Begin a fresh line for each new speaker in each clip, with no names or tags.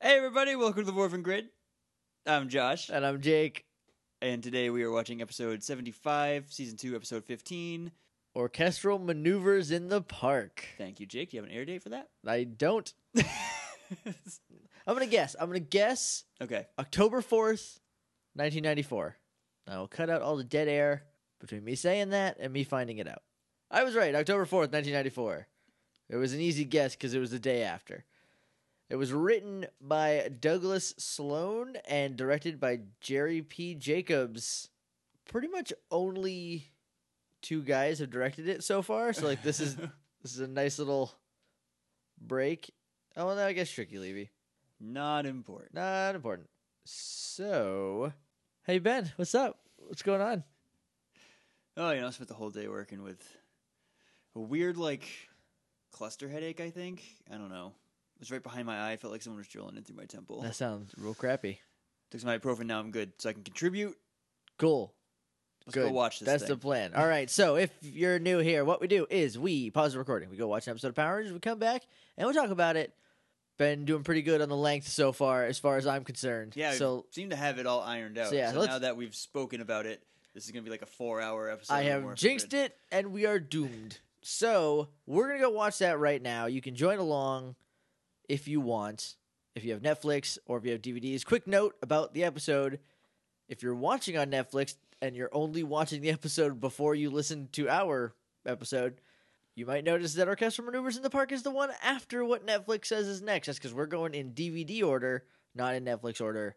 Hey everybody, welcome to the Dwarven Grid. I'm Josh,
And I'm Jake.
and today we are watching episode 75, season 2, episode 15.
Orchestral maneuvers in the park.
Thank you, Jake. Do you have an air date for that?
I don't. I'm gonna guess. I'm gonna guess
okay.
October fourth, 1994. I will cut out all the dead air between me saying that and me finding it out. I was right. October fourth, 1994. It was an easy guess because it was the day after. It was written by Douglas Sloan and directed by Jerry P. Jacobs. Pretty much only two guys have directed it so far. So like this is this is a nice little break. Oh well, no, I guess Tricky Levy.
not important.
Not important. So, hey Ben, what's up? What's going on?
Oh, you know, I spent the whole day working with a weird, like, cluster headache, I think. I don't know. It was right behind my eye. I felt like someone was drilling in through my temple.
That sounds real crappy.
Took some ibuprofen, now I'm good. So I can contribute.
Cool.
Let's
Good.
go watch this
That's
thing.
the plan. All right. So if you're new here, what we do is we pause the recording. We go watch an episode of Power Rangers. We come back and we'll talk about it. Been doing pretty good on the length so far, as far as I'm concerned.
yeah,
So
we seem to have it all ironed out.
So, yeah,
so
let's-
now that we've spoken about it, this is going to be like a four-hour episode. or
I
more
have
if we're
jinxed
good.
it, and we are doomed. So we're gonna go watch that right now. You can join along if you want, if you have Netflix or if you have DVDs. Quick note about the episode: if you're watching on Netflix and you're only watching the episode before you listen to our episode, you might notice that Orchestral Maneuvers in the Park is the one after what Netflix says is next. That's because we're going in DVD order, not in Netflix order,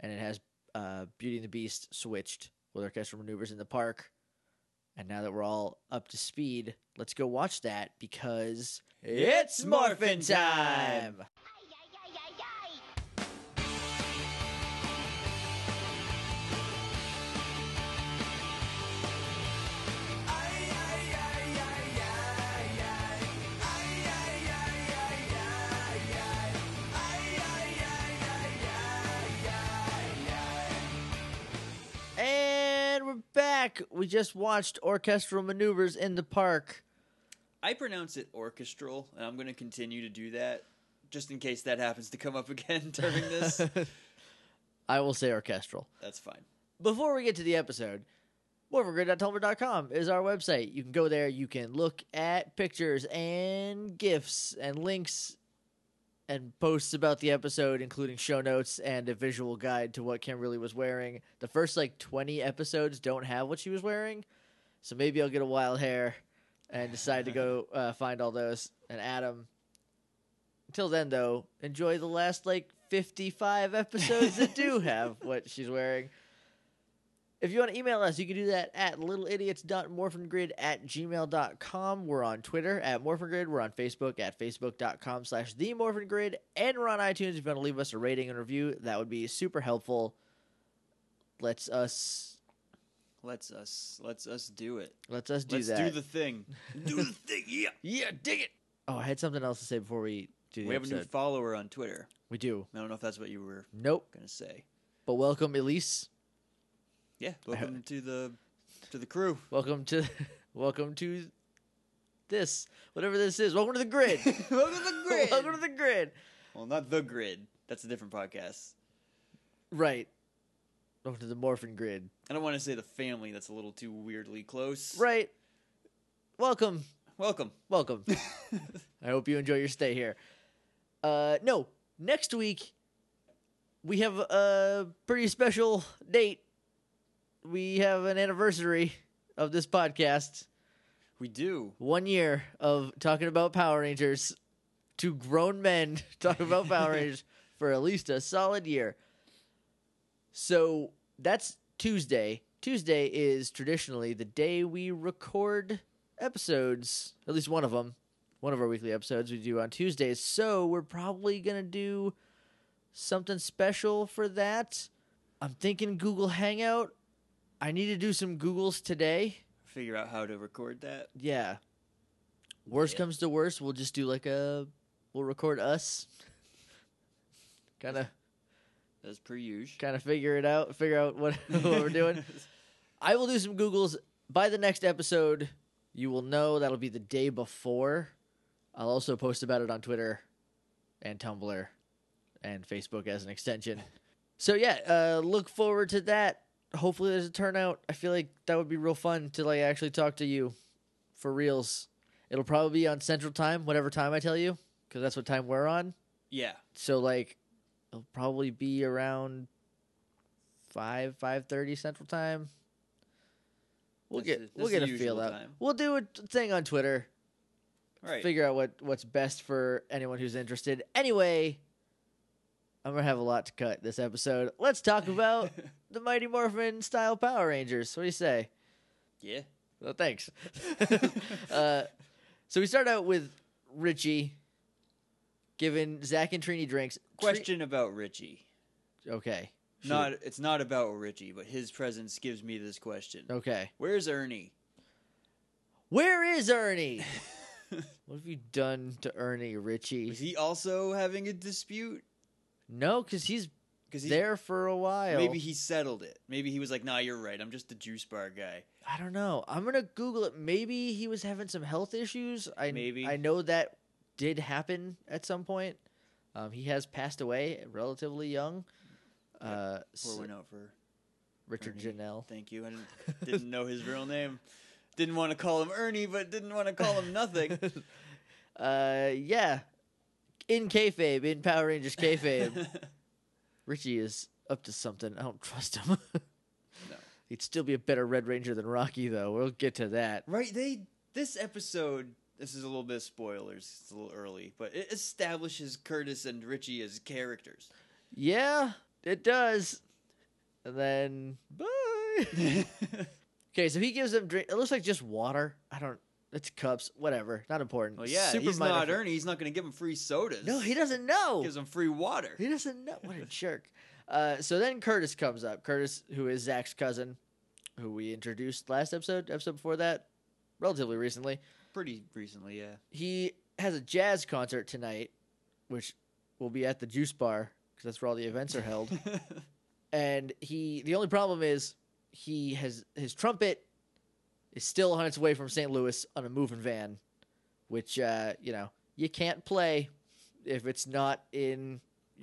and it has uh, Beauty and the Beast switched with Orchestral Maneuvers in the Park. And now that we're all up to speed, let's go watch that because
It's morphin' time!
And we're back. We just watched orchestral maneuvers in the park.
I pronounce it orchestral, and I'm going to continue to do that just in case that happens to come up again during this.
I will say orchestral.
That's fine.
Before we get to the episode, morphogrid.tumblr.com is our website. You can go there, you can look at pictures and gifs and links and posts about the episode, including show notes and a visual guide to what Kimberly was wearing. The first like 20 episodes don't have what she was wearing, so maybe I'll get a wild hair and decide to go uh, find all those and add them. Until then, though, enjoy the last like 55 episodes that do have what she's wearing. If you want to email us, you can do that at littleidiots.morphingrid at gmail.com. We're on Twitter at morphingrid. We're on Facebook at facebook.com slash the morphingrid. And we're on iTunes. If you want to leave us a rating and review, that would be super helpful. Let's us
Let's us let's us do it.
let's us do
let's
that.
do the thing. do the thing. Yeah.
yeah, dig it. Oh, I had something else to say before we do the
We have a
episode.
new follower on Twitter.
we do.
I don't know if that's what you were
Nope.
going to say.
But welcome Elise.
Yeah. Welcome to the to the crew.
Welcome to welcome to this. Whatever this is. Welcome to the grid.
welcome to the grid.
welcome to the grid.
well, not the grid. That's a different podcast.
Right. Over to the Morphin Grid.
I don't want to say the family. That's a little too weirdly close.
Right. Welcome.
Welcome.
Welcome. I hope you enjoy your stay here. Uh no, next week we have a pretty special date. We have an anniversary of this podcast.
we do.
One year of talking about Power Rangers to grown men talking about Power Rangers for at least a solid year. So that's Tuesday. Tuesday is traditionally the day we record episodes, at least one of them. One of our weekly episodes we do on Tuesdays. So we're probably going to do something special for that. I'm thinking Google Hangout. I need to do some Googles today.
Figure out how to record that.
Yeah. Worst
Yeah.
comes to worst, we'll just do like a we'll record us. kind of
As per usual.
kind of figure it out, figure out what, what we're doing. I will do some Googles by the next episode. You will know that'll be the day before. I'll also post about it on Twitter and Tumblr and Facebook as an extension. So yeah, uh, look forward to that. Hopefully there's a turnout. I feel like that would be real fun to like actually talk to you for reals. It'll probably be on Central Time, whatever time I tell you, because that's what time we're on.
Yeah.
So like, it'll probably be around five five thirty Central Time. We'll
That's
get
the- that's
we'll
the
get a
usual
feel out.
time.
We'll do a t- thing on Twitter.
All right.
Figure out what what's best for anyone who's interested. Anyway, I'm gonna have a lot to cut this episode. Let's talk about the Mighty Morphin style Power Rangers. What do you say?
yeah.
Well, thanks. uh, so we start out with Richie giving Zach and Trini drinks. Tri-
Question about Richie.
okay. Shoot.
Not it's not about Richie, but his presence gives me this question.
okay.
Where's Ernie?
Where is Ernie? what have you done to Ernie, Richie?
Was he also having a dispute?
No, because he's
Because
there for a while.
maybe he settled it. Maybe he was like, "Nah, you're right. I'm just the juice bar guy."
I don't know. I'm gonna Google it. Maybe he was having some health issues. I
Maybe.
I know that did happen at some point. Um, he has passed away relatively young. Uh,
Pour
s-
one out for
Richard
Ernie.
Janelle.
thank you. I didn't, didn't know his real name. Didn't want to call him Ernie, but didn't want to call him nothing.
uh, yeah. In kayfabe, in Power Rangers kayfabe, Richie is up to something. I don't trust him.
No.
He'd still be a better Red Ranger than Rocky, though. We'll get to that.
Right? They this episode. This is a little bit of spoilers. It's a little early, but it establishes Curtis and Richie as characters.
Yeah, it does. And then bye. okay, so he gives them drink. It looks like just water. I don't. It's cups. Whatever. Not important.
well, yeah,
Super
he's
minor
not
for-
Ernie. He's not going to give him free sodas.
No, he doesn't know.
gives him free water.
He doesn't know. What a jerk. Uh, so then Curtis comes up. Curtis, who is Zach's cousin, who we introduced last episode, episode before that, relatively recently.
Pretty recently, yeah.
He has a jazz concert tonight, which will be at the Juice Bar because that's where all the events are held. and he, the only problem is he has his trumpet is still on its way from St. Louis on a moving van, which uh, you know you can't play if it's not in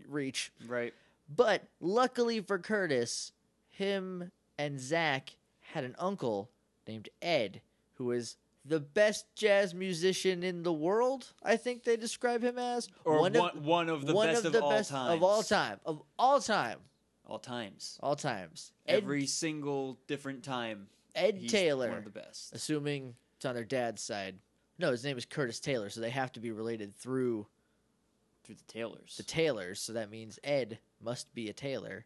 reach.
right.
But luckily for Curtis, him and Zach had an uncle named Ed, who is the best jazz musician in the world. I think they describe him as
Or one, one of, the
one
best of, all times.
of all time, of all time,
All times.
all times. Ed,
Every single different time.
Ed
he's
Taylor,
One of the best.
assuming it's on their dad's side. No, his name is Curtis Taylor, so they have to be related through
Through the Taylors.
the Taylors, so that means Ed must be a Taylor.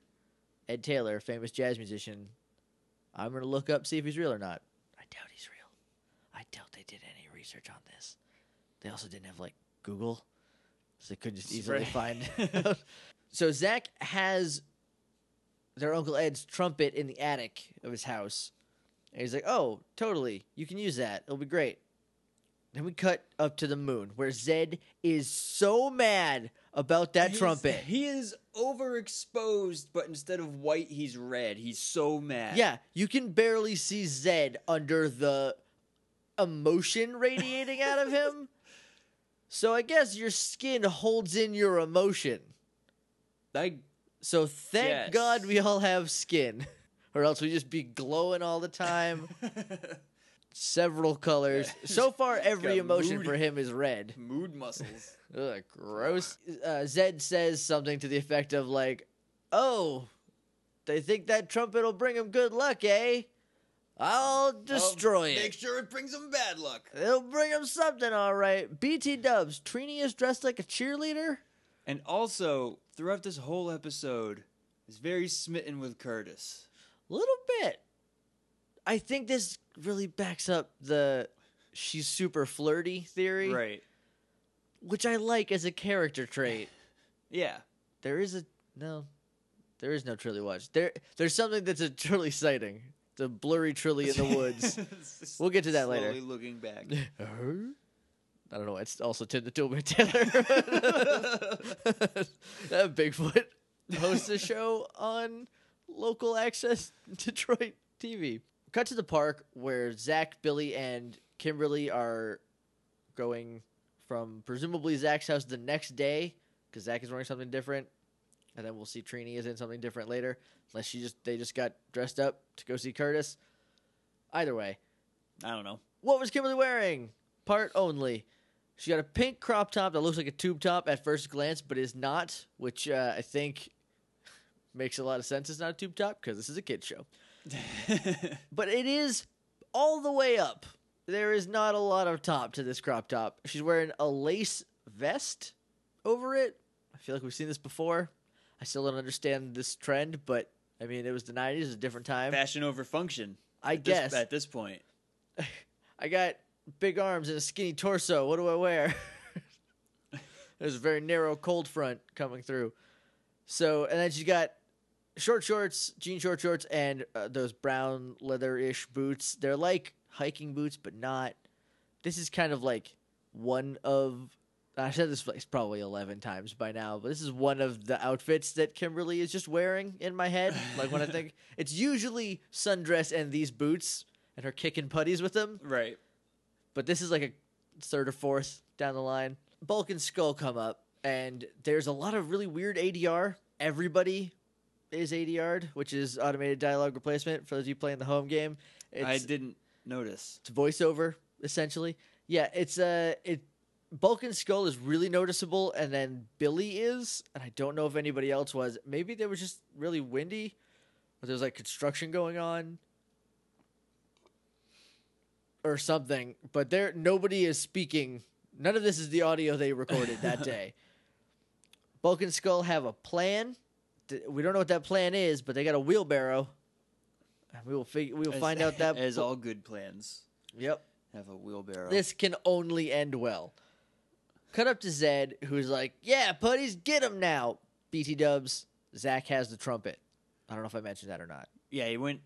Ed Taylor, famous jazz musician. I'm gonna look up see if he's real or not. I doubt he's real. I doubt they did any research on this. They also didn't have like Google, so they could just easily
Right.
find. out. so Zach has their uncle Ed's trumpet in the attic of his house, and he's like, "Oh, totally, you can use that. It'll be great." Then we cut up to the moon, where Zed is so mad about that
He's-
trumpet.
He is overexposed, but instead of white, he's red. He's so mad.
Yeah, you can barely see Zed under the emotion radiating out of him. So I guess your skin holds in your emotion.
I,
So thank
Yes.
God we all have skin, or else we just be glowing all the time. Several colors. So far, every
Got
emotion
mood.
for him is red.
mood muscles.
Ugh, gross. Uh, Zed says something to the effect of like, "Oh, they think that trumpet'll bring him good luck, eh? I'll destroy
I'll
it.
Make sure it brings him bad luck.
It'll bring him something, all right." BT Dubs, Trini is dressed like a cheerleader.
And also, throughout this whole episode, is very smitten with Curtis.
little bit. I think this really backs up the she's super flirty theory,
Right.
which I like as a character trait.
Yeah.
There is a no, there is no Trilly watch. There, there's something that's a Trilly sighting. It's a blurry Trilly in the woods. We'll get to that later.
Slowly looking back.
Uh-huh. I don't know. why It's also Tim the Toolman Taylor. that Bigfoot hosts a show on local access Detroit TV. Cut to the park where Zach, Billy, and Kimberly are going from presumably Zach's house the next day because Zach is wearing something different and then we'll see Trini is in something different later, unless she just they just got dressed up to go see Curtis. Either way,
I don't know.
what was Kimberly wearing? Part only. She got a pink crop top that looks like a tube top at first glance, but is not, which uh, I think makes a lot of sense. It's not a tube top because this is a kid show, but it is all the way up. There is not a lot of top to this crop top. She's wearing a lace vest over it. I feel like we've seen this before. I still don't understand this trend, but I mean, it was the '90s, it was a different time.
Fashion over function.
I
At this-
guess
at this point,
I got big arms and a skinny torso. What do I wear? There's a very narrow cold front coming through. So, and then she's got short shorts, jean short shorts, and uh, those brown leather ish boots. They're like hiking boots, but not. This is kind of like one of. I said this like probably 11 times by now, but this is one of the outfits that Kimberly is just wearing in my head. Like when I think it's usually sundress and these boots and her kicking putties with them
right?
but this is like a third or fourth down the line. Bulk and Skull come up, and there's a lot of really weird ADR. Everybody is ADR'd, which is automated dialogue replacement for those of you playing the home game. It's,
I didn't notice.
it's voiceover essentially. Yeah, it's uh, it. Bulk and Skull is really noticeable, and then Billy is, and I don't know if anybody else was. Maybe they were just really windy, or there was like construction going on, or something. But there, nobody is speaking. None of this is the audio they recorded that day. Bulk and Skull have a plan. Th- We don't know what that plan is, but they got a wheelbarrow. And We will figure. We will
As-
find out that
as all good plans
Yep.
have a wheelbarrow.
This can only end well. Cut up to Zed, who's like, Yeah, putties, get him now. BT dubs, Zach has the trumpet. I don't know if I mentioned that or not.
yeah, he went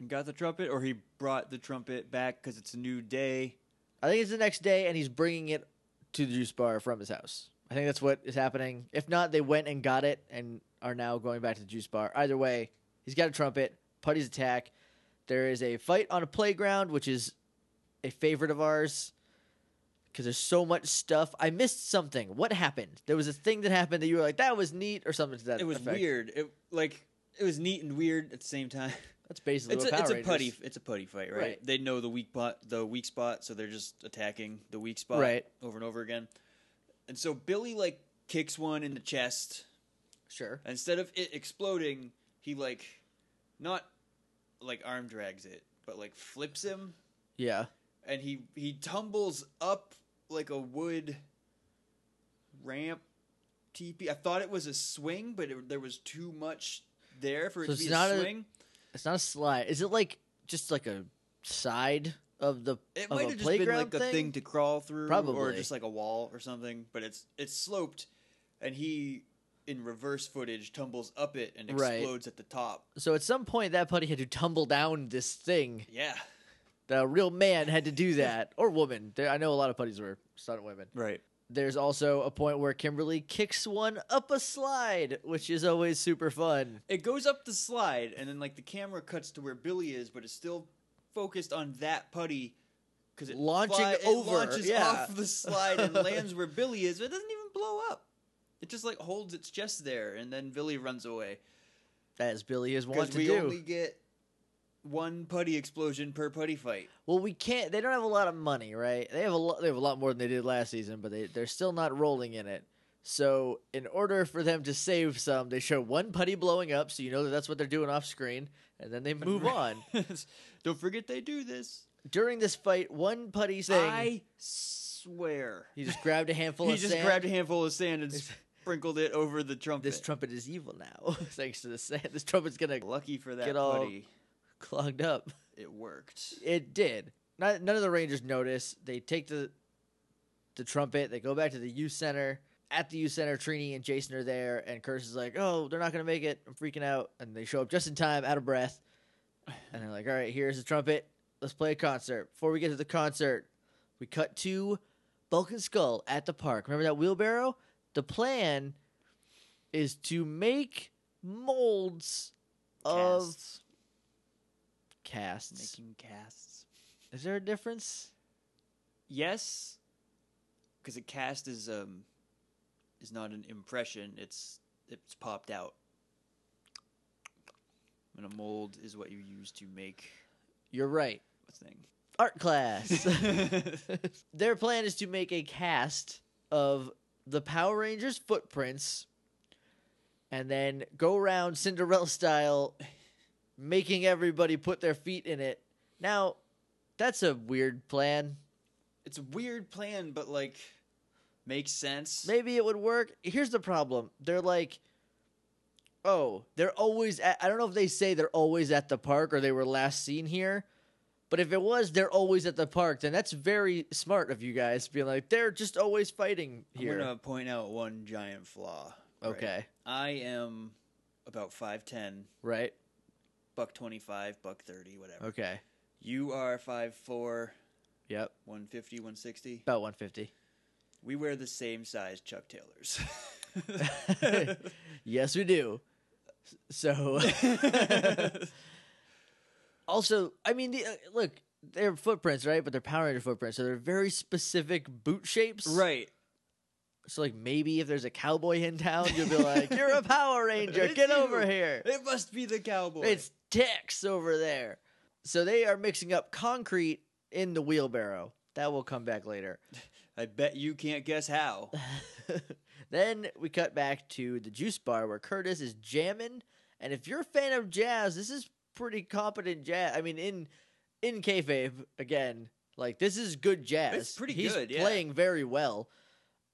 and got the trumpet, or he brought the trumpet back because it's a new day.
I think it's the next day, and he's bringing it to the juice bar from his house. I think that's what is happening. If not, they went and got it and are now going back to the juice bar. Either way, he's got a trumpet, putties attack. There is a fight on a playground, which is a favorite of ours because there's so much stuff. I missed something. What happened? There was a thing that happened that you were like, that was neat, or something to that
It was
effect.
weird. It like it was neat and weird at the same time.
That's basically
It's
what
a,
Power
it's a
Rangers-
putty. It's a putty fight, right?
Right.
They know the weak spot, the weak spot, so they're just attacking the weak spot
Right.
over and over again. And so Billy like kicks one in the chest.
Sure.
Instead of it exploding, he like not like arm drags it, but like flips him
Yeah.
and he he tumbles up like a wood ramp teepee. I thought it was a swing, but it, there was too much there for it to
So it's
be
not
a
a-
swing.
It's not a slide. Is it like just like a side of the
it
of
might
a
have just been
playground
like a thing to crawl through, or
Probably.
just like a wall or something. But it's it's sloped, and he in reverse footage tumbles up it and
Right.
explodes at the top.
So at some point, that putty had to tumble down this thing.
Yeah,
The real man had to do that, or woman. There, I know a lot of putties were stunt women.
right.
There's also a point where Kimberly kicks one up a slide, which is always super fun.
It goes up the slide, and then like the camera cuts to where Billy is, but it's still focused on that putty because it
Launching
fly- it
over,
launches
yeah.
off the slide and lands where Billy is. But it doesn't even blow up. It just like holds its chest there, and then Billy runs away
As Billy is wont
because
to
we
do.
only get one putty explosion per putty fight.
Well, we can't. They don't have a lot of money, right? They have a lot. They have a lot more than they did last season, but they they're still not rolling in it. So, in order for them to save some, they show one putty blowing up, so you know that that's what they're doing off screen, and then they move on.
Don't forget they do this.
During this fight, one putty thing
I swear.
he just grabbed a handful
he
of
just
sand.
grabbed a handful of sand and sprinkled it over the trumpet.
this trumpet is evil now, thanks to the sand. This trumpet's gonna
Lucky for that
Get all-
putty,
clogged up.
it worked.
It did. Not, none of the Rangers notice. They take the the trumpet. They go back to the youth center. At the youth center, Trini and Jason are there, and Curse is like, "Oh, they're not gonna make it. I'm freaking out." And they show up just in time, out of breath, and they're like, "All right, here's the trumpet. Let's play a concert." Before we get to the concert, we cut to Bulk and Skull at the park. Remember that wheelbarrow? The plan is to make molds of
Casts.
casts.
making casts.
Is there a difference?
Yes, because a cast is um is not an impression. It's it's popped out. And a mold is what you use to make
You're right.
a thing.
Art class. Their plan is to make a cast of the Power Rangers footprints and then go around Cinderella style making everybody put their feet in it. Now, that's a weird plan.
it's a weird plan, but like makes sense.
Maybe it would work. Here's the problem. They're like Oh, they're always at, I don't know if they say they're always at the park or they were last seen here. But if it was they're always at the park, then that's very smart of you guys being like they're just always fighting
I'm
here.
gonna point out one giant flaw. right?
Okay.
I am about five ten,
Right?
buck twenty five, buck thirty, whatever.
Okay.
You are five four,
Yep.
one fifty, one sixty.
About 150.
We wear the same size Chuck Taylors.
yes, we do. So also, I mean, the, uh, look, they're footprints, right? But they're Power Ranger footprints, so they're very specific boot shapes.
right.
So, like, maybe if there's a cowboy in town, you'll be like, "You're a Power Ranger.
It's
Get
you.
over here."
It must be the cowboy.
It's Tex over there. So they are mixing up concrete in the wheelbarrow. That will come back later.
I bet you can't guess how.
then we cut back to the juice bar where Curtis is jamming. And if you're a fan of jazz, this is pretty competent jazz. I mean, in in kayfabe again, like this is good jazz.
It's pretty
He's
good, yeah.
Playing very well.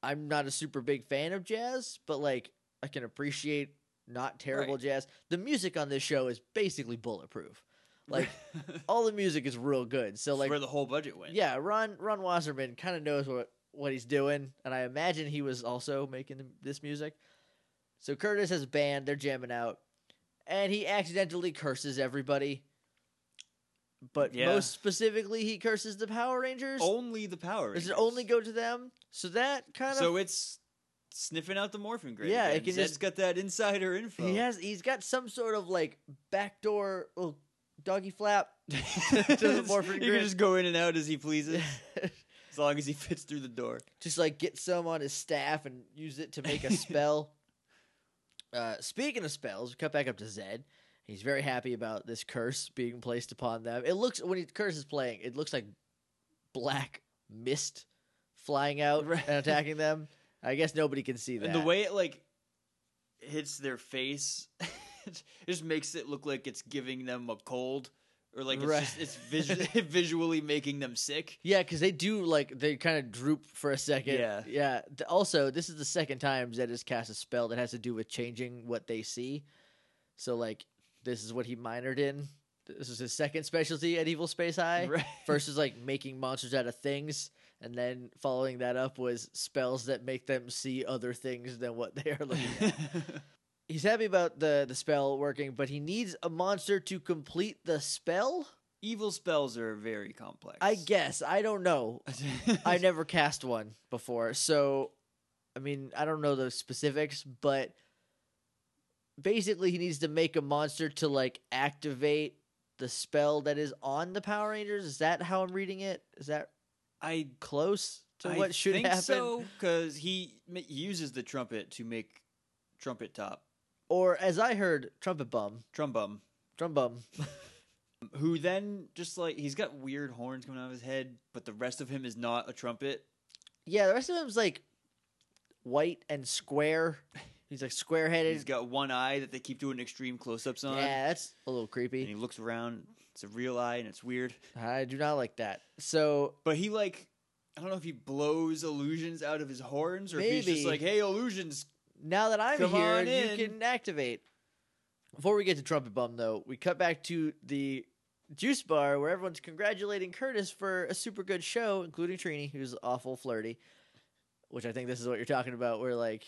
I'm not a super big fan of jazz, but like I can appreciate not terrible
Right.
jazz. The music on this show is basically bulletproof. Like all the music is real good. So like
where the whole budget went.
yeah, Ron Ron Wasserman kind of knows what what he's doing, and I imagine he was also making th- this music. So Curtis has a band; they're jamming out, and he accidentally curses everybody. But
Yeah.
most specifically, he curses the Power Rangers.
Only the power.
Does it
Rangers.
only go to them? So that kind
so
of
it's sniffing out the morphin grade.
Yeah,
Yeah,
it
again.
can
Zed's
just-
got that insider info.
he has. He's got some sort of like backdoor little doggy flap to the morphin
He can
grid.
just go in and out as he pleases, as long as he fits through the door.
just like get some on his staff and use it to make a spell. uh, speaking of spells, we cut back up to Zed. He's very happy about this curse being placed upon them. It looks when he curse is playing, it looks like black mist flying out
Right.
and attacking them. I guess nobody can see that.
And the way it like hits their face it just makes it look like it's giving them a cold, or like it's
Right.
just, it's visu- visually making them sick.
yeah, because they do like they kind of droop for a second.
Yeah.
yeah. Th- Also, this is the second time Zed has cast a spell that has to do with changing what they see. So, like, this is what he minored in. This is his second specialty at Evil Space High.
Right.
First is like making monsters out of things, and then following that up was spells that make them see other things than what they are looking at. He's happy about the the spell working, but he needs a monster to complete the spell.
Evil spells are very complex.
I guess I don't know. I never cast one before, so I mean I don't know the specifics, but basically he needs to make a monster to like activate the spell that is on the Power Rangers. Is that how I'm reading it? Is that
I
close to
I
what should
think
happen?
So, because he ma- uses the trumpet to make trumpet top
Or as I heard, trumpet bum,
drum bum,
drum bum.
who then just like he's got weird horns coming out of his head, but the rest of him is not a trumpet.
Yeah, the rest of him's like white and square. He's like square
He's
headed.
got one eye that they keep doing extreme close-ups on.
Yeah, that's a little
And he
creepy.
looks around. It's a real eye, and it's weird.
I do not like that. So
But he like, I don't know if he blows illusions out of his horns or if he's just
Maybe.
like, "Hey, illusions!"
now that I'm
Come
here,
on in.
you can activate. Before we get to Trumpet Bum, though, we cut back to the juice bar where everyone's congratulating Curtis for a super good show, including Trini, who's awful flirty, which I think this is what you're talking about, where like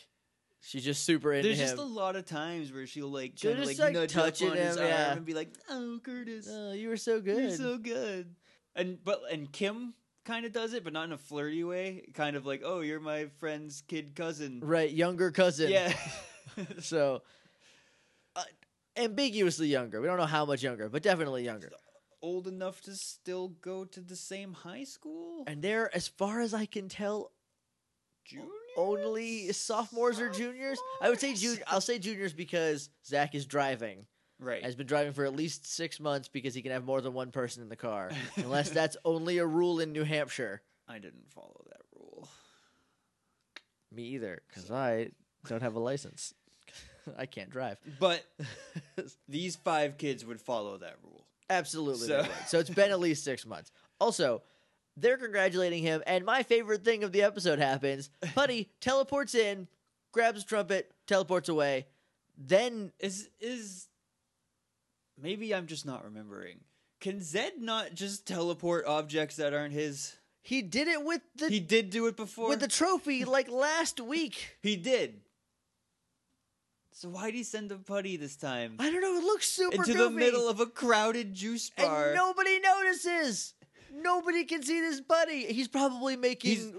she's just super into
There's
him.
just a lot of times where she'll like,
They're
try to,
just,
like,
like,
nudge
touching
up on his
him,
arm
yeah.
and be like, "Oh, Curtis."
oh, you were so good.
You're so good. And but and Kim kind of does it, but not in a flirty way. Kind of like, oh, you're my friend's kid cousin.
Right, younger cousin.
Yeah.
So, uh, ambiguously younger. We don't know how much younger, but definitely younger.
Old enough to still go to the same high school?
And they're, as far as I can tell,
Junior?
only sophomores or juniors. I would say junior. I'll say juniors because Zach is driving.
Right.
Has been driving for at least six months because he can have more than one person in the car, unless that's only a rule in New Hampshire.
I didn't follow that rule.
Me either, because I don't have a license. I can't drive.
But these five kids would follow that rule.
Absolutely.
So-
So. so it's been at least six months. Also, they're congratulating him, and my favorite thing of the episode happens. Putty teleports in, grabs a trumpet, teleports away. Then
Is is maybe I'm just not remembering. Can Zed not just teleport objects that aren't his?
he did it with the
He did do it before.
with the trophy like last week.
he did. So why'd he send a putty this time?
I don't know. It looks super
Into the
goofy,
middle of a crowded juice
and
bar.
nobody notices. Nobody can see this buddy. He's probably making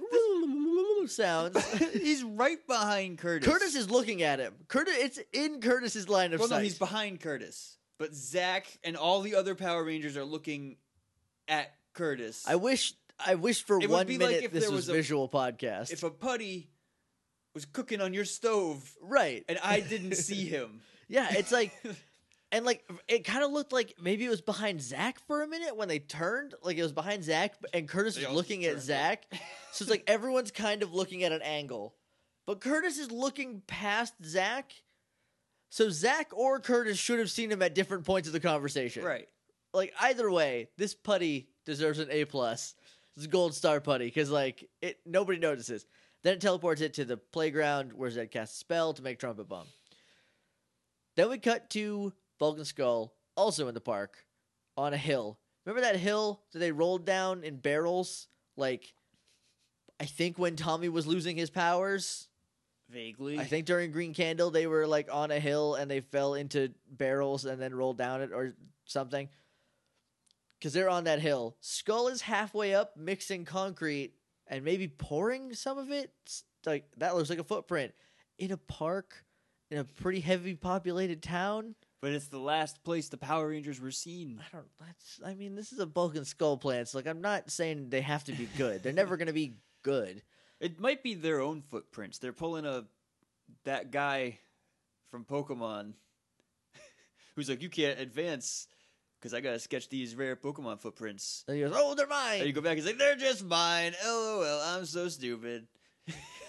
sounds.
he's right behind Curtis.
Curtis is looking at him. Curtis, it's in Curtis's line of
well,
sight.
no, he's behind Curtis. But Zach and all the other Power Rangers are looking at Curtis.
I wish I wish for
It would
one
be
minute
like if
this
there
was,
was a-
visual podcast.
if a putty was cooking on your stove
right.
and I didn't see him.
yeah, it's like and like it kind of looked like maybe it was behind Zach for a minute when they turned. Like it was behind Zach b- and Curtis
They
was
all
looking at
turned.
Zach. So it's like everyone's kind of looking at an angle. But Curtis is looking past Zach. So Zach or Curtis should have seen him at different points of the conversation.
Right.
like either way, this putty deserves an A plus. It's a gold star putty because like it nobody notices. Then it teleports it to the playground where Zed casts a spell to make trumpet bomb. Then we cut to Vulcan Skull, also in the park, on a hill. Remember that hill that they rolled down in barrels? Like I think when Tommy was losing his powers.
Vaguely.
I think during Green Candle they were like on a hill and they fell into barrels and then rolled down it or something. Cause they're on that hill. Skull is halfway up, mixing concrete and maybe pouring some of it. S- Like that looks like a footprint in a park in a pretty heavy populated town.
But it's the last place the Power Rangers were seen.
I don't. That's. I mean, this is a bulk and skull plant. So like, I'm not saying they have to be good. They're never gonna be good.
It might be their own footprints. They're pulling a that guy from Pokemon who's like, You can't advance because I gotta sketch these rare Pokemon footprints.
And he goes, "Oh, they're
And you
mine.
go back and say, They're just mine. LOL, I'm so stupid.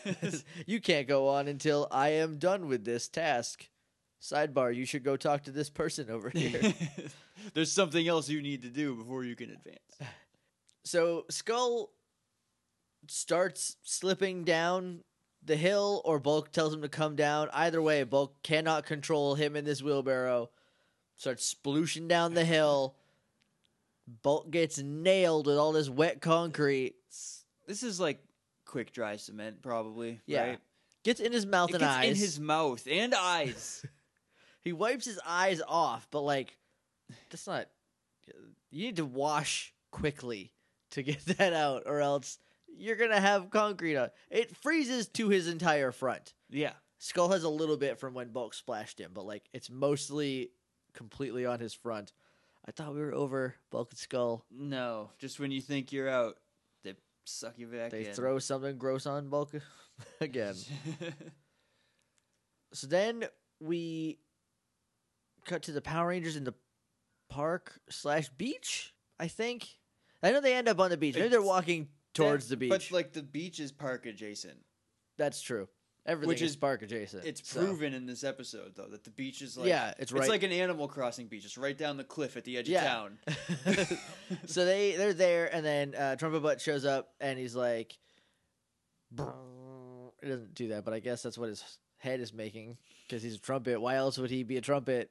you can't go on until I am done with this task. Sidebar, you should go talk to this person over here.
There's something else you need to do before you can advance.
so Skull starts slipping down the hill, or Bulk tells him to come down. Either way, Bulk cannot control him in this wheelbarrow. Starts splooshing down the hill. Bulk gets nailed with all this wet concrete.
This is like quick dry cement, probably.
Yeah.
Right?
Gets in his mouth
It
and
gets
eyes.
in his mouth and eyes.
He wipes his eyes off, but like, that's not. You need to wash quickly to get that out, or else you're gonna have concrete on. It freezes to his entire front.
yeah.
Skull has a little bit from when Bulk splashed him, but like it's mostly completely on his front. I thought we were over Bulk and Skull.
No, just when you think you're out, they suck you back
They
in.
throw something gross on Bulk again. So then we cut to the Power Rangers in the park slash beach. I think I know they end up on the beach. Maybe they're
It's-
walking towards the beach.
But like the beach is park adjacent.
That's true. Everything
Which
is,
is-
park adjacent.
It's
so-
proven in this episode though that the beach is like
yeah, it's
it's
right.
like an Animal Crossing beach. It's right down the cliff at the edge
Yeah.
of town.
so they they're there, and then uh, Trumpet Butt shows up, and he's like, "Brrr." it doesn't do that, but I guess that's what his head is making because he's a trumpet. Why else would he be a trumpet?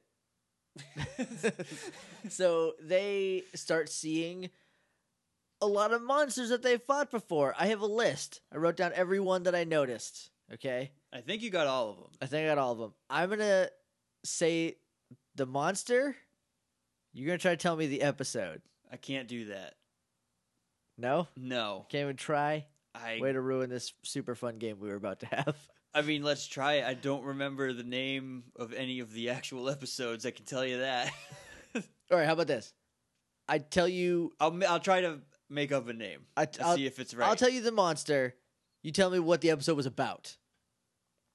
so they start seeing a lot of monsters that they've fought before. I have a list. I wrote down every one that I noticed. Okay,
I think you got all of them.
I think I got all of them. I'm gonna say the monster. You're gonna try to tell me the episode.
I can't do that.
No,
No,
can't even try.
I.
Way to ruin this super fun game we were about to have.
I mean, let's try it. I don't remember the name of any of the actual episodes. I can tell you that.
All right, how about this? I tell you,
I'll I'll try to make up a name.
I,
To
will
see if it's right.
I'll tell you the monster, You tell me what the episode was about.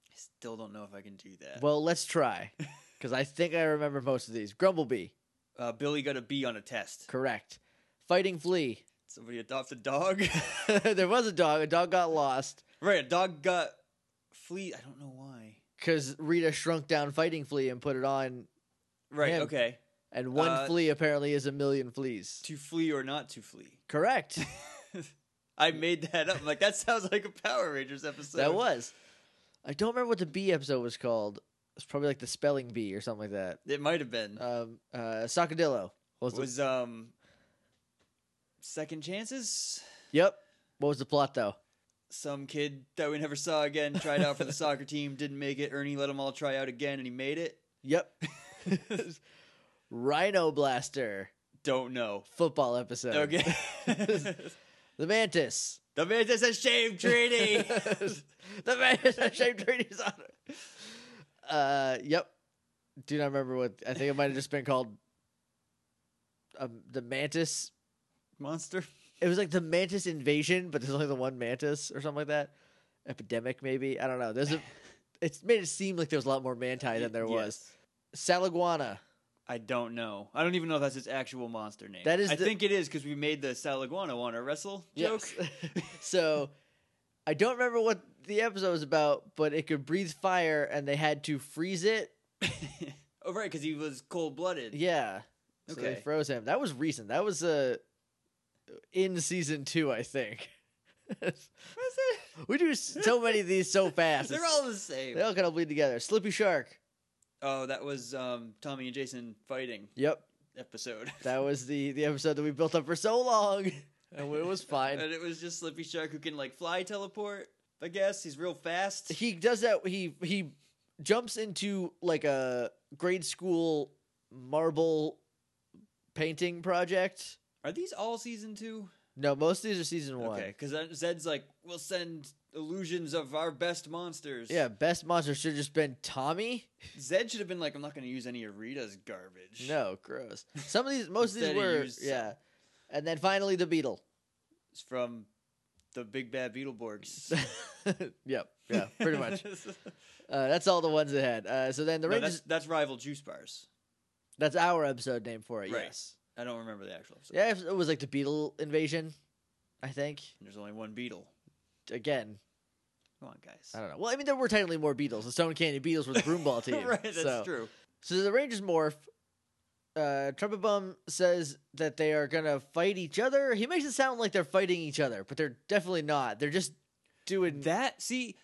I still don't know if I can do that.
Well, let's try, because I think I remember most of these. Grumblebee,
uh, Billy got a B on a test.
correct. Fighting flea.
Somebody adopt a dog.
there was a dog. A dog got lost
right, a dog got flea. I don't know why.
because Rita shrunk down fighting flea and put it on.
Right.
Him.
Okay.
And one
Uh,
flea apparently is a million fleas.
To flee or not to flee.
Correct.
I made that up. I'm like that sounds like a Power Rangers episode.
that was. I don't remember what the B episode was called. It's probably like the spelling bee or something like that.
It might have been.
Um, uh, Socadillo. What was the-
was um second chances.
yep. What was the plot though?
Some kid that we never saw again tried out for the soccer team, didn't make it. Ernie let them all try out again, and he made it.
Yep. Rhino Blaster
Don't know.
football episode.
Okay.
The Mantis.
the man says a shame treaty.
the Mantis that shaped treaties on it. Uh, yep. Do not remember what I think it might have just been called. Um, the Mantis.
Monster.
It was like the Mantis invasion, but there's only the one Mantis or something like that. Epidemic, maybe. I don't know. There's a. It's made it seem like there was a lot more manti than there was.
Yes.
Salaguana.
I don't know. I don't even know if that's its actual monster name.
That is
I
the-
think it is because we made the Salaguana on a wrestle joke.
Yes. so I don't remember what the episode was about, but it could breathe fire and they had to freeze it.
oh right, because he was cold blooded.
Yeah. So they
Okay.
froze him. That was recent. That was uh in season 2, I think. we do so many of these so fast.
They're
It's-
all the same.
they all kind of bleed together. Slippy Shark.
Oh, that was um, Tommy and Jason fighting
Yep.
episode.
That was the the episode that we built up for so long. And it was fine.
and it was just Slippy Shark who can like fly teleport. I guess he's real fast.
he does that he he jumps into like a grade school marble painting project
Are these all season two?
no most of these are season one
Okay, because Zed's like, we'll send illusions of our best monsters.
yeah best monster should have just been tommy
Zed should have been like, I'm not going to use any of Rita's garbage.
no gross some of these most of these
Instead, he
were
used some.
yeah and then finally the beetle
It's from the Big Bad Beetleborgs.
yep yeah pretty much uh, that's all the ones they had uh, so then the
No,
rangers
that's, that's rival juice bars.
that's, our episode name for it
Right.
yes
I don't remember the actual episode.
yeah it was like the beetle invasion i think
And There's only one beetle.
again
Come on, guys.
I don't know. Well, I mean, there were technically more Beatles. The Stone Canyon Beatles were the broomball team.
right, that's
so.
true.
So the Rangers morph. Uh, Trumpet Bum says that they are gonna fight each other. He makes it sound like they're fighting each other, but they're definitely not. They're just doing
That see,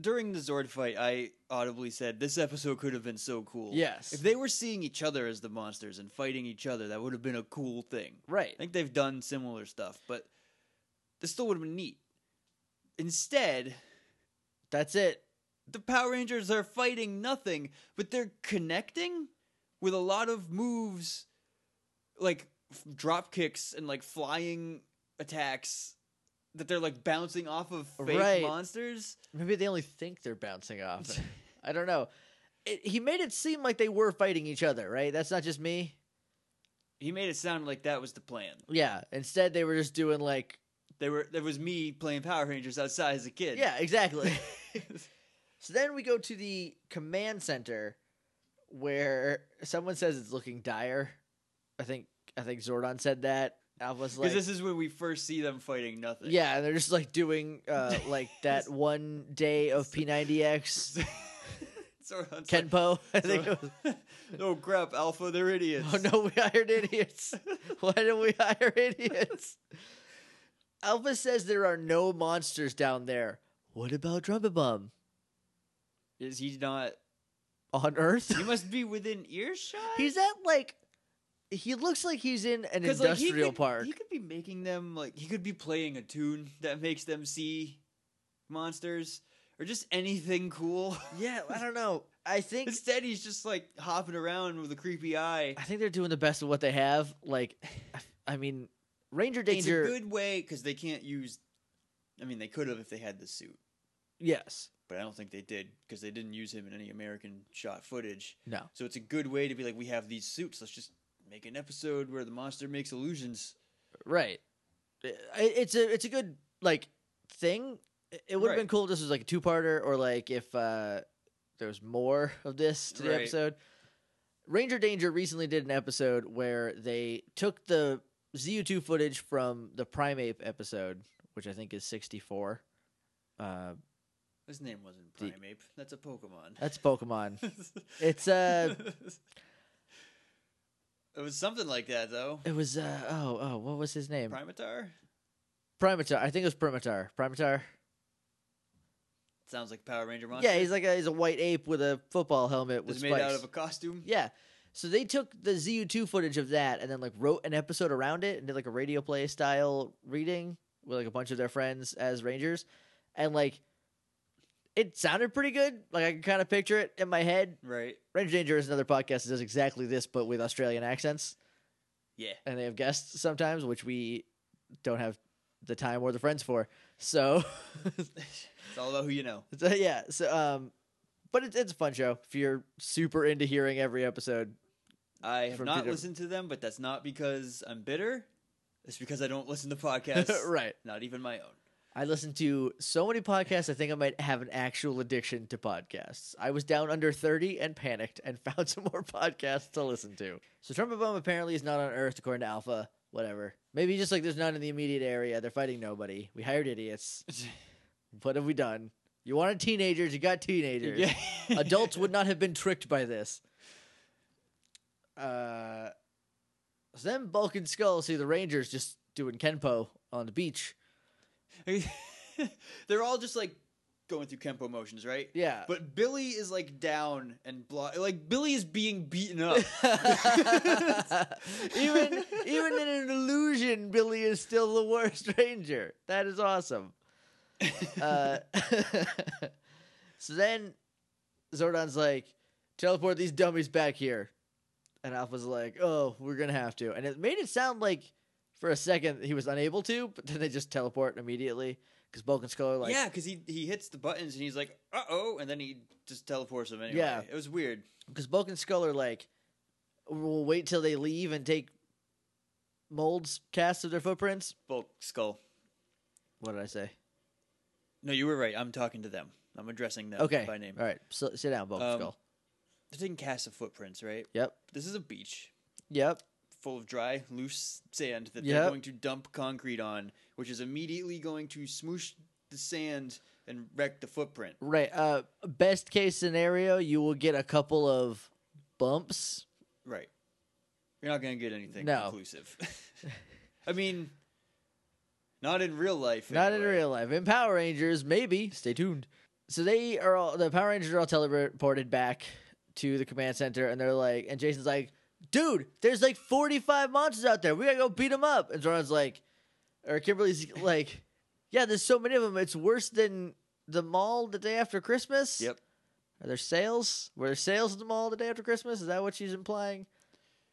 during the Zord fight, I audibly said this episode could have been so cool.
Yes.
if they were seeing each other as the monsters and fighting each other, that would have been a cool thing.
right.
I think they've done similar stuff, but this still would have been neat. Instead,
That's it.
the Power Rangers are fighting nothing, but they're connecting with a lot of moves, like f- drop kicks and like flying attacks that they're like bouncing off of fake
Right.
monsters.
Maybe they only think they're bouncing off. it. I don't know. It, he made it seem like they were fighting each other, right? That's not just me.
He made it sound like that was the plan.
Yeah. Instead, they were just doing like
There were there was me playing Power Rangers outside as a kid.
Yeah, exactly. so then we go to the command center where someone says it's looking dire. I think I think Zordon said that. Alpha's like
because this is when we first see them fighting nothing.
Yeah, and they're just like doing uh like that one day of P90X
Zordon's like,
Kenpo. I think it was.
"Zord- no oh, crap, Alpha, they're idiots.
Oh no, we hired idiots. Why did we hire idiots? Alpha says there are no monsters down there. What about Drumbabum?
Is he not?
On Earth?
He must be within earshot.
He's at like he looks like he's in an
'Cause,
industrial
like, he could-
park.
He could be making them like he could be playing a tune that makes them see monsters or just anything cool.
yeah, I don't know. I think
Instead, he's just like hopping around with a creepy eye.
I think they're doing the best of what they have. Like, I mean, Ranger Danger.
It's a good way because they can't use. I mean, they could have if they had the suit,
yes.
but I don't think they did because they didn't use him in any American shot footage.
No.
So it's a good way to be like, we have these suits. Let's just make an episode where the monster makes illusions.
Right. I- It's a it's a good like thing. It, it would have been
Right.
cool if this was like a two parter or like if uh, there was more of this to the
Right.
episode. Ranger Danger recently did an episode where they took the ZU2 footage from the Primeape episode, which I think is 64. Uh,
His name wasn't
The-
Primeape. That's a Pokemon.
that's Pokemon. It's uh,
it was something like that though.
it was uh, oh oh, what was his name?
Primatar
Primatar. I think it was Primatar. Primatar.
sounds like Power Ranger monster.
Yeah, he's like a, he's a white ape with a football helmet
It
with
was made
spikes.
out of a costume.
Yeah. So they took the ZU2 footage of that and then like wrote an episode around it and did like a radio play style reading with like a bunch of their friends as Rangers. And like it sounded pretty good. Like I can kind of picture it in my head.
Right.
Ranger Danger is another podcast that does exactly this but with Australian accents
Yeah.
and they have guests sometimes which we don't have the time or the friends for. So
it's all about who you know.
So, yeah, so um but it's it's a fun show if you're super into hearing every episode.
I have
From
not
Peter-
listened to them, but that's not because I'm bitter. It's because I don't listen to podcasts.
right.
Not even my own.
I listen to so many podcasts. I think I might have an actual addiction to podcasts. I was down under 30 and panicked and found some more podcasts to listen to. So Trumpet Bomb apparently is not on Earth according to Alpha. Whatever. Maybe just like there's none in the immediate area. They're fighting nobody. We hired idiots. What have we done? You wanted teenagers. You got teenagers. Adults would not have been tricked by this. Uh, so then Bulk and Skull see the Rangers just doing Kenpo on the beach.
They're all just like going through Kempo motions, right?
Yeah.
But Billy is like down and blo- like Billy is being beaten up.
even even in an illusion, Billy is still the worst ranger. That is awesome. Uh, so then Zordon's like, teleport these dummies back here. And Alpha's like, oh, we're gonna have to. And it made it sound like for a second he was unable to, but then they just teleport immediately. Because Bulk and Skull are like,
yeah, because he he hits the buttons and he's like, uh oh, and then he just teleports him anyway.
Yeah.
it was weird.
because Bulk and Skull are like, we'll wait till they leave and take molds casts of their footprints.
Bulk skull.
What did I say?
No, you were right. I'm talking to them. I'm addressing them
Okay,
by name.
All right, so, sit down, Bulk
Um,
and Skull.
They're taking casts of footprints, right?
Yep,
This is a beach
yep,
full of dry, loose sand that
Yep.
they're going to dump concrete on, which is immediately going to smoosh the sand and wreck the footprint.
right. Uh, best case scenario, you will get a couple of bumps.
Right. You're not going to get anything
No.
conclusive. I mean, not in real life.
Not in
anyway.
real life. In Power Rangers, maybe. Stay tuned. So they are all the Power Rangers are all teleported back to the command center, and they're like, and Jason's like, "Dude, there's like 45 monsters out there. We gotta go beat them up." And Zoran's like, or Kimberly's like, "Yeah, there's so many of them. It's worse than the mall the day after Christmas."
Yep.
Are there sales? Were there sales at the mall the day after Christmas? Is that what she's implying?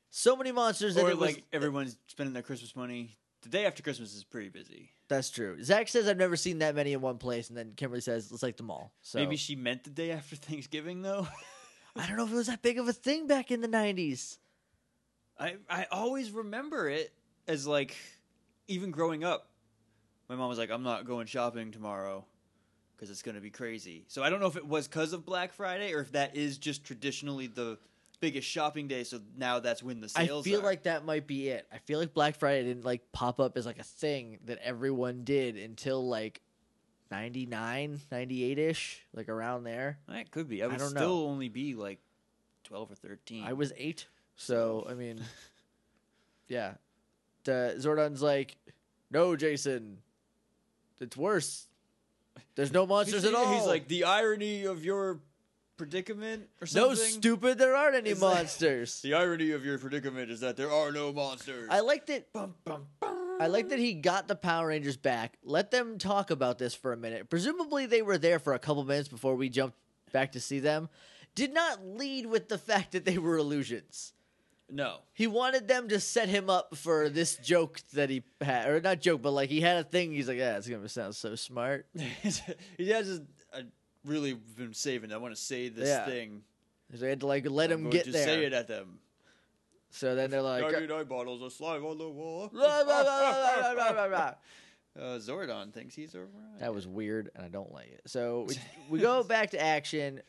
So many monsters that
Or
it was-
like everyone's spending their Christmas money. The day after Christmas is pretty busy.
that's true. Zach says I've never seen that many in one place, and then Kimberly says it's like the mall. So
Maybe she meant the day after Thanksgiving, though.
I don't know if it was that big of a thing back in the nineties.
I I always remember it as like even growing up, my mom was like, "I'm not going shopping tomorrow because it's going to be crazy." So I don't know if it was because of Black Friday or if that is just traditionally the biggest shopping day. So now that's when the
I
sales.
feel
are.
like that might be it. I feel like Black Friday didn't like pop up as like a thing that everyone did until like 99, 98 ish, like around there.
that could be. I would
don't
still
know.
only be like twelve or thirteen.
I was eight, so I mean, yeah. The Zordon's like, no, Jason, it's worse. There's no
He's-
monsters at all.
He's like the irony of your predicament or something.
no, stupid. There aren't any
It's like-
monsters.
The irony of your predicament is that there are no monsters.
I like that
bum, bum, bum.
I like that he got the Power Rangers back. Let them talk about this for a minute. Presumably, they were there for a couple minutes before we jumped back to see them. Did not lead with the fact that they were illusions.
no.
He wanted them to set him up for this joke that he had, or not joke, but like he had a thing. He's like, "Yeah, it's gonna sound so smart."
he has his, I uh, really been saving. I want to say this
Yeah.
thing.
So they had to like let
I'm
him
going
get
to
there.
say it at them.
So then they're like, uh,
Ninety nine bottles of slime on the wall.
"Rah, rah, rah, rah, rah, rah, rah, rah."
Uh, Zordon thinks he's alright.
That was weird, and I don't like it. So we, we go back to action.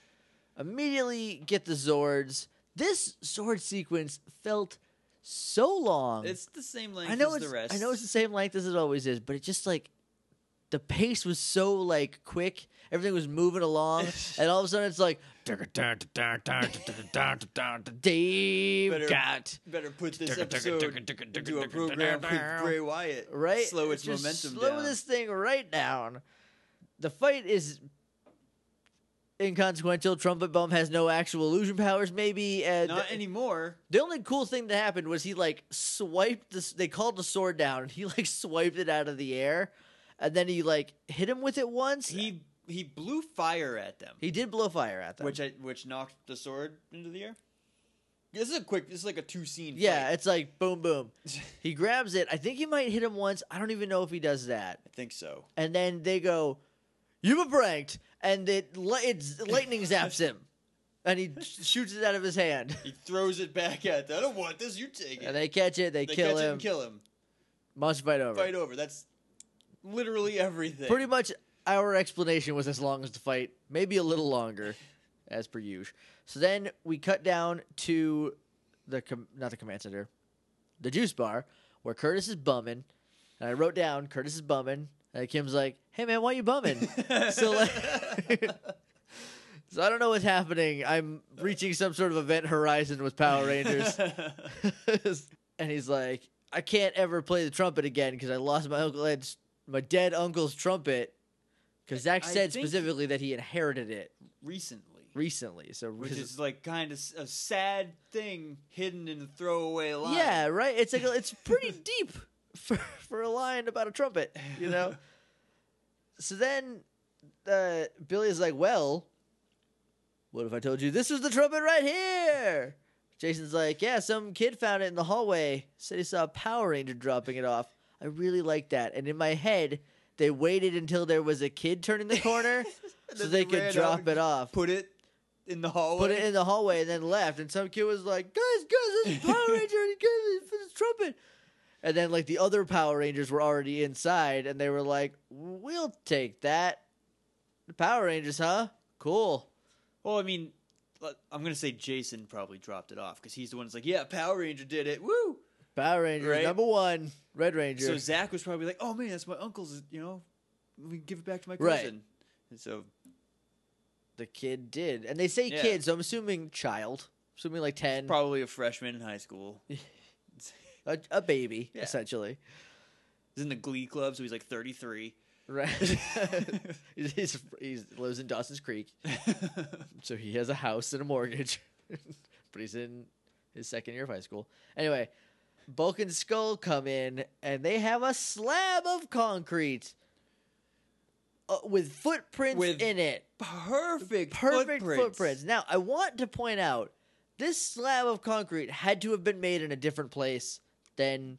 Immediately get the Zords. This Zord sequence felt so long.
It's the same length
I know
as
it's
the rest.
I know it's the same length as it always is, but it just like the pace was so like quick. Everything was moving along, and all of a sudden it's like Dave
Better-
got
Better put this episode into a program with Bray Wyatt.
right.
Slow its
Just
momentum
Slow
down.
this thing right down. The fight is inconsequential. Trumpet Bump has no actual illusion powers. Maybe and
Not anymore.
the only cool thing that happened was he like swiped this. They called the sword down, and he like swiped it out of the air, and then he like hit him with it once.
He he blew fire at them,
he did blow fire at them.
which I, which knocked the sword into the air. This is a quick. This is like a two scene.
yeah, it's like boom, boom. he grabs it. I think he might hit him once. I don't even know if he does that.
I think so.
And then they go, "You were pranked," and it li- it's lightning zaps him, and he shoots it out of his hand.
He throws it back at them. I don't want this. You take it.
And they catch it. They,
They
kill
catch it
him.
and kill him.
Must fight over.
Fight over. That's literally everything.
Pretty much our explanation was as long as the fight, maybe a little longer, as per usual. So then we cut down to the com- not the command center, the juice bar where Curtis is bumming, and I wrote down Curtis is bumming, and Kim's like, "Hey man, why you bumming?" so like. So I don't know what's happening. I'm reaching some sort of event horizon with Power Rangers. and he's like, I can't ever play the trumpet again because I lost my uncle Ed's, my dead uncle's trumpet. Because Zach
I
said
think-
specifically that he inherited it
Recently.
recently. So
Which is like kind of a sad thing hidden in the throwaway line.
yeah, right. It's like a- it's pretty deep for for a line about a trumpet, you know. so then, uh, Billy is like, "Well, what if I told you this was the trumpet right here?" Jason's like, "Yeah, some kid found it in the hallway. Said he saw a Power Ranger dropping it off. I really like that." And in my head, they waited until there was a kid turning the corner so
then
they
they
could
ran out
drop
and
it off
Put it in the hallway.
put it in the hallway and then left. And some kid was like, "Guys, guys, this is Power Ranger and he gave it for his trumpet." And then like the other Power Rangers were already inside, and they were like, "We'll take that." The Power Rangers, huh? Cool.
Well, I mean, l- I'm gonna say Jason probably dropped it off because he's the one that's like, "Yeah, Power Ranger did it, woo!"
Power Rangers
Right.
number one, Red Ranger.
So Zach was probably like, "Oh man, that's my uncle's. You know, we can give it back to my
Right.
cousin." And so
the kid did, and they say
Yeah.
kid, so I'm assuming child, assuming like ten,
probably a freshman in high school. He's
a, a baby
Yeah.
essentially,
in the Glee Club, so he's like 33.
right? he's, he's, he's lives in Dawson's Creek. so he has a house and a mortgage, but he's in his second year of high school. Anyway, Bulk and Skull come in and they have a slab of concrete uh, with footprints
With
in it.
perfect,
Perfect footprints. Now, I want to point out this slab of concrete had to have been made in a different place than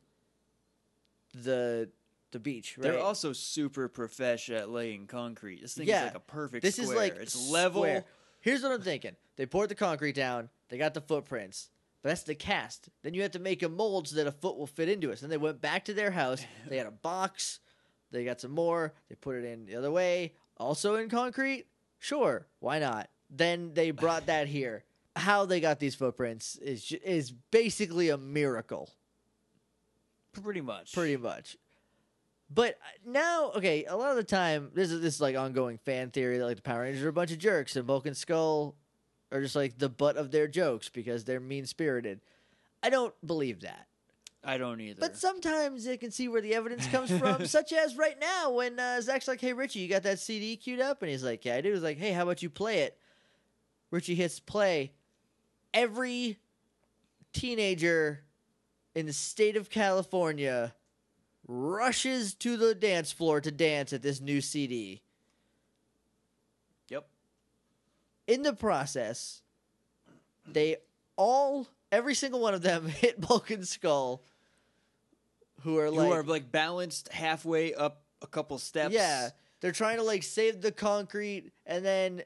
the the beach. Right?
They're also super profesh at laying concrete. This thing
Yeah.
is like a perfect.
This
square.
is like
it's level.
square. Here's what I'm thinking: they poured the concrete down, they got the footprints, but that's the cast. Then you have to make a mold so that a foot will fit into it. So then they went back to their house. They had a box. They got some more. They put it in the other way, also in concrete. Sure, why not? Then they brought that here. How they got these footprints is ju- is basically a miracle
Pretty much.
pretty much. But uh, now, okay, a lot of the time, this is this is like ongoing fan theory that like the Power Rangers are a bunch of jerks, and Vulcan Skull are just like the butt of their jokes because they're mean spirited. I don't believe that,
I don't either.
but sometimes I can see where the evidence comes from, such as right now when uh, Zach's like, "Hey Richie, you got that CD queued up?" and he's like, "Yeah, I do." He's like, "Hey, how about you play it?" Richie hits play. Every teenager in the state of California rushes to the dance floor to dance at this new CD.
Yep.
In the process, they all, every single one of them, hit Bulk and Skull, who are like,
you are like balanced halfway up a couple steps.
yeah, they're trying to like save the concrete, and then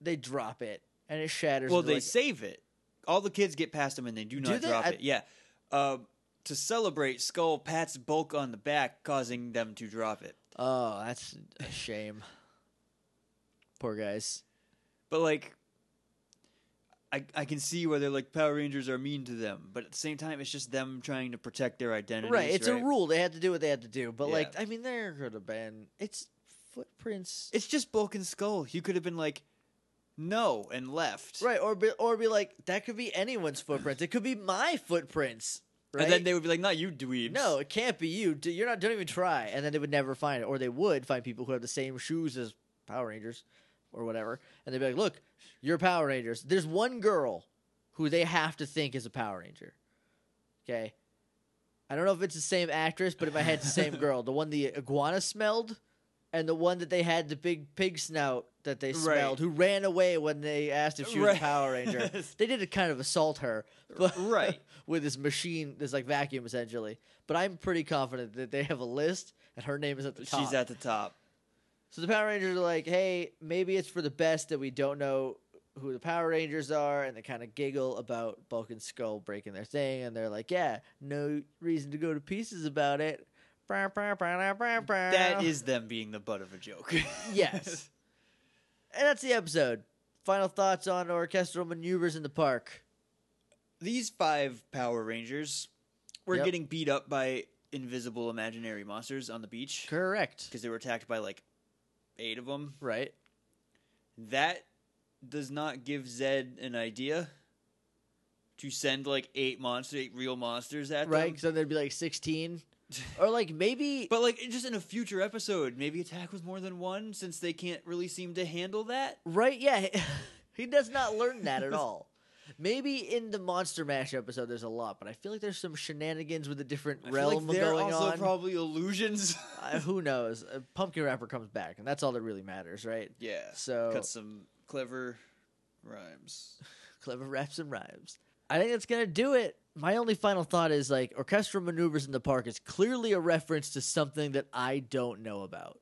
they drop it, and it shatters.
Well,
into,
they
like,
save it. All the kids get past them and they do not
they?
drop
I-
it. Yeah. Um, to celebrate, Skull pats Bulk on the back, causing them to drop it.
Oh, that's a shame. Poor guys.
But like, I I can see where they're like Power Rangers are mean to them, but at the same time, it's just them trying to protect their identity.
Right, it's a rule. They had to do what they had to do. But
Yeah.
like, I mean, there could have been it's footprints.
It's just Bulk and Skull. You could have been like, no, and left.
Right, or be or be like that could be anyone's footprints. It could be my footprints. Right.
And then they would be like, not you, dweebs.
no, it can't be you. D- You're not. Don't even try. And then they would never find it, or they would find people who have the same shoes as Power Rangers, or whatever. And they'd be like, "Look, you're Power Rangers." There's one girl who they have to think is a Power Ranger. Okay, I don't know if it's the same actress, but in my head, it's the same girl. The one the iguana smelled, and the one that they had the big pig snout that they
Right.
smelled, who ran away when they asked if she was
Right.
a Power Ranger. they did kind of assault her, but
Right.
with this machine, this like vacuum essentially. But I'm pretty confident that they have a list, and her name is at the top.
She's at the top.
so the Power Rangers are like, hey, maybe it's for the best that we don't know who the Power Rangers are, and they kind of giggle about Bulk and Skull breaking their thing, and they're like, yeah, no reason to go to pieces about it. That
That is them being the butt of a joke.
Yes. and that's the episode. Final thoughts on orchestral maneuvers in the park.
These five Power Rangers were
Yep.
getting beat up by invisible imaginary monsters on the beach
Correct.
because they were attacked by like eight of them.
Right.
That does not give Zed an idea to send like eight monster, eight real monsters at
right?
them.
Because then there'd be like 16. or like maybe.
But like just in a future episode, maybe attack with more than one since they can't really seem to handle that.
right? Yeah. he does not learn that at all. Maybe in the Monster Mash episode, there's a lot, but I feel like there's some shenanigans with a different
I feel
realm
like they're
going
also
on.
probably illusions.
Uh, who knows? Uh, Pumpkin Rapper comes back, and that's all that really matters, right?
yeah.
So
cut some clever rhymes.
clever raps and rhymes. I think that's gonna do it. My only final thought is like orchestral maneuvers in the park is clearly a reference to something that I don't know about.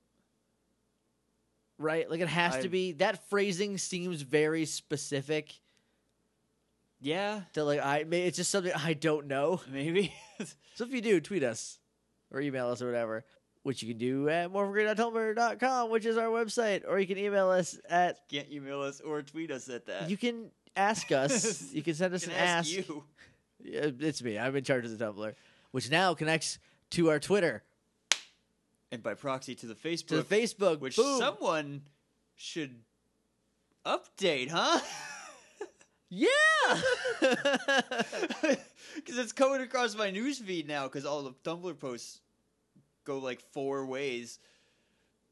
Right? Like it has
I-
to be that phrasing seems very specific
Yeah,
to like I may it's just something I don't know.
maybe.
So if you do, tweet us or email us or whatever, which you can do at morphograde.tumblr.com, which is our website, or you can email us at
Can't email us or tweet us at that.
you can ask us. you can send us
Can
an ask.
you.
Yeah, It's me. I'm in charge of the Tumblr, which now connects to our Twitter,
And by proxy to the Facebook,
to the Facebook,
which
boom.
someone should update, huh?
yeah.
Because it's coming across my news feed now. Because all the Tumblr posts go like four ways.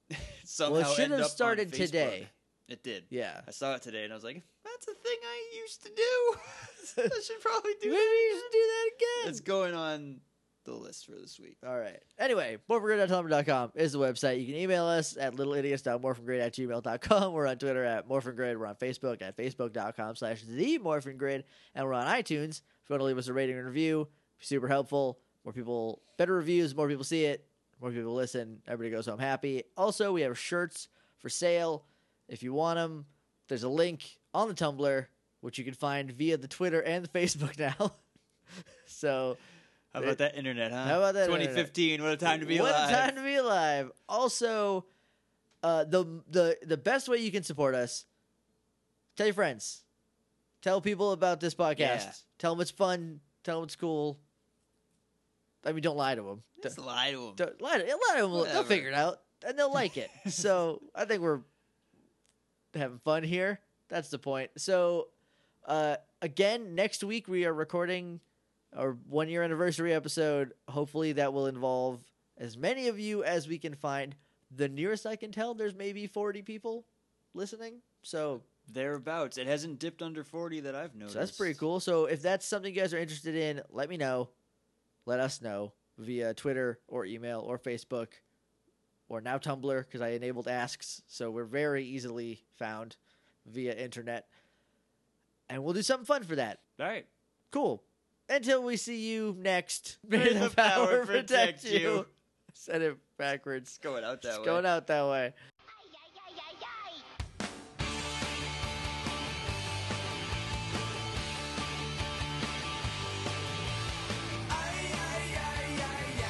Somehow
well, it should
end up
have
on
started
Facebook.
today.
It did.
Yeah.
I saw it today, and I was like, "That's a thing I used to do. I should probably do
Maybe
that."
you should do that again.
It's going on the list for this week.
All right. Anyway, morphingrid.tumblr.com is the website. You can email us at littleidiots.morphingrid at gmail.com. We're on Twitter at morphingrid. We're on Facebook at facebook.com slash the morphingrid. And we're on iTunes. If you want to leave us a rating and review, it'd be super helpful. More people, better reviews, more people see it, more people listen. Everybody goes home happy. Also, we have shirts for sale if you want them. There's a link on the Tumblr, which you can find via the Twitter and the Facebook now. so.
How
about
about that internet, huh?
Eh, How about that internet?
2015. What a time to be
what
alive.
a time to be alive. Also, uh, the the the best way you can support us: tell your friends, tell people about this podcast,
Yeah.
tell them it's fun, tell them it's cool. I mean, don't lie to them.
Just lie to 'em.
Don't, lie to, yeah, lie to them. They'll
Whatever.
figure it out and they'll like it. so I think we're having fun here. That's the point. So uh, again, next week we are recording our one year anniversary episode. Hopefully that will involve as many of you as we can find. The nearest I can tell, there's maybe 40 people listening. So
Thereabouts. It hasn't dipped under 40 that I've noticed.
so that's pretty cool. So if that's something you guys are interested in, let me know. Let us know via Twitter or email or Facebook or now Tumblr because I enabled asks. So we're very easily found via internet. And we'll do something fun for that.
All right.
Cool. Until we see you next,
May the power protect you.
Said it backwards.
It's going out that
It's
way.
going out that way.
Ay, ay, ay, ay, ay.
Ay, ay,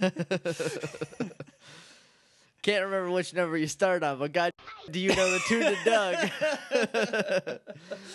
Can't remember which number you start on, but God, do you know the tune to Doug?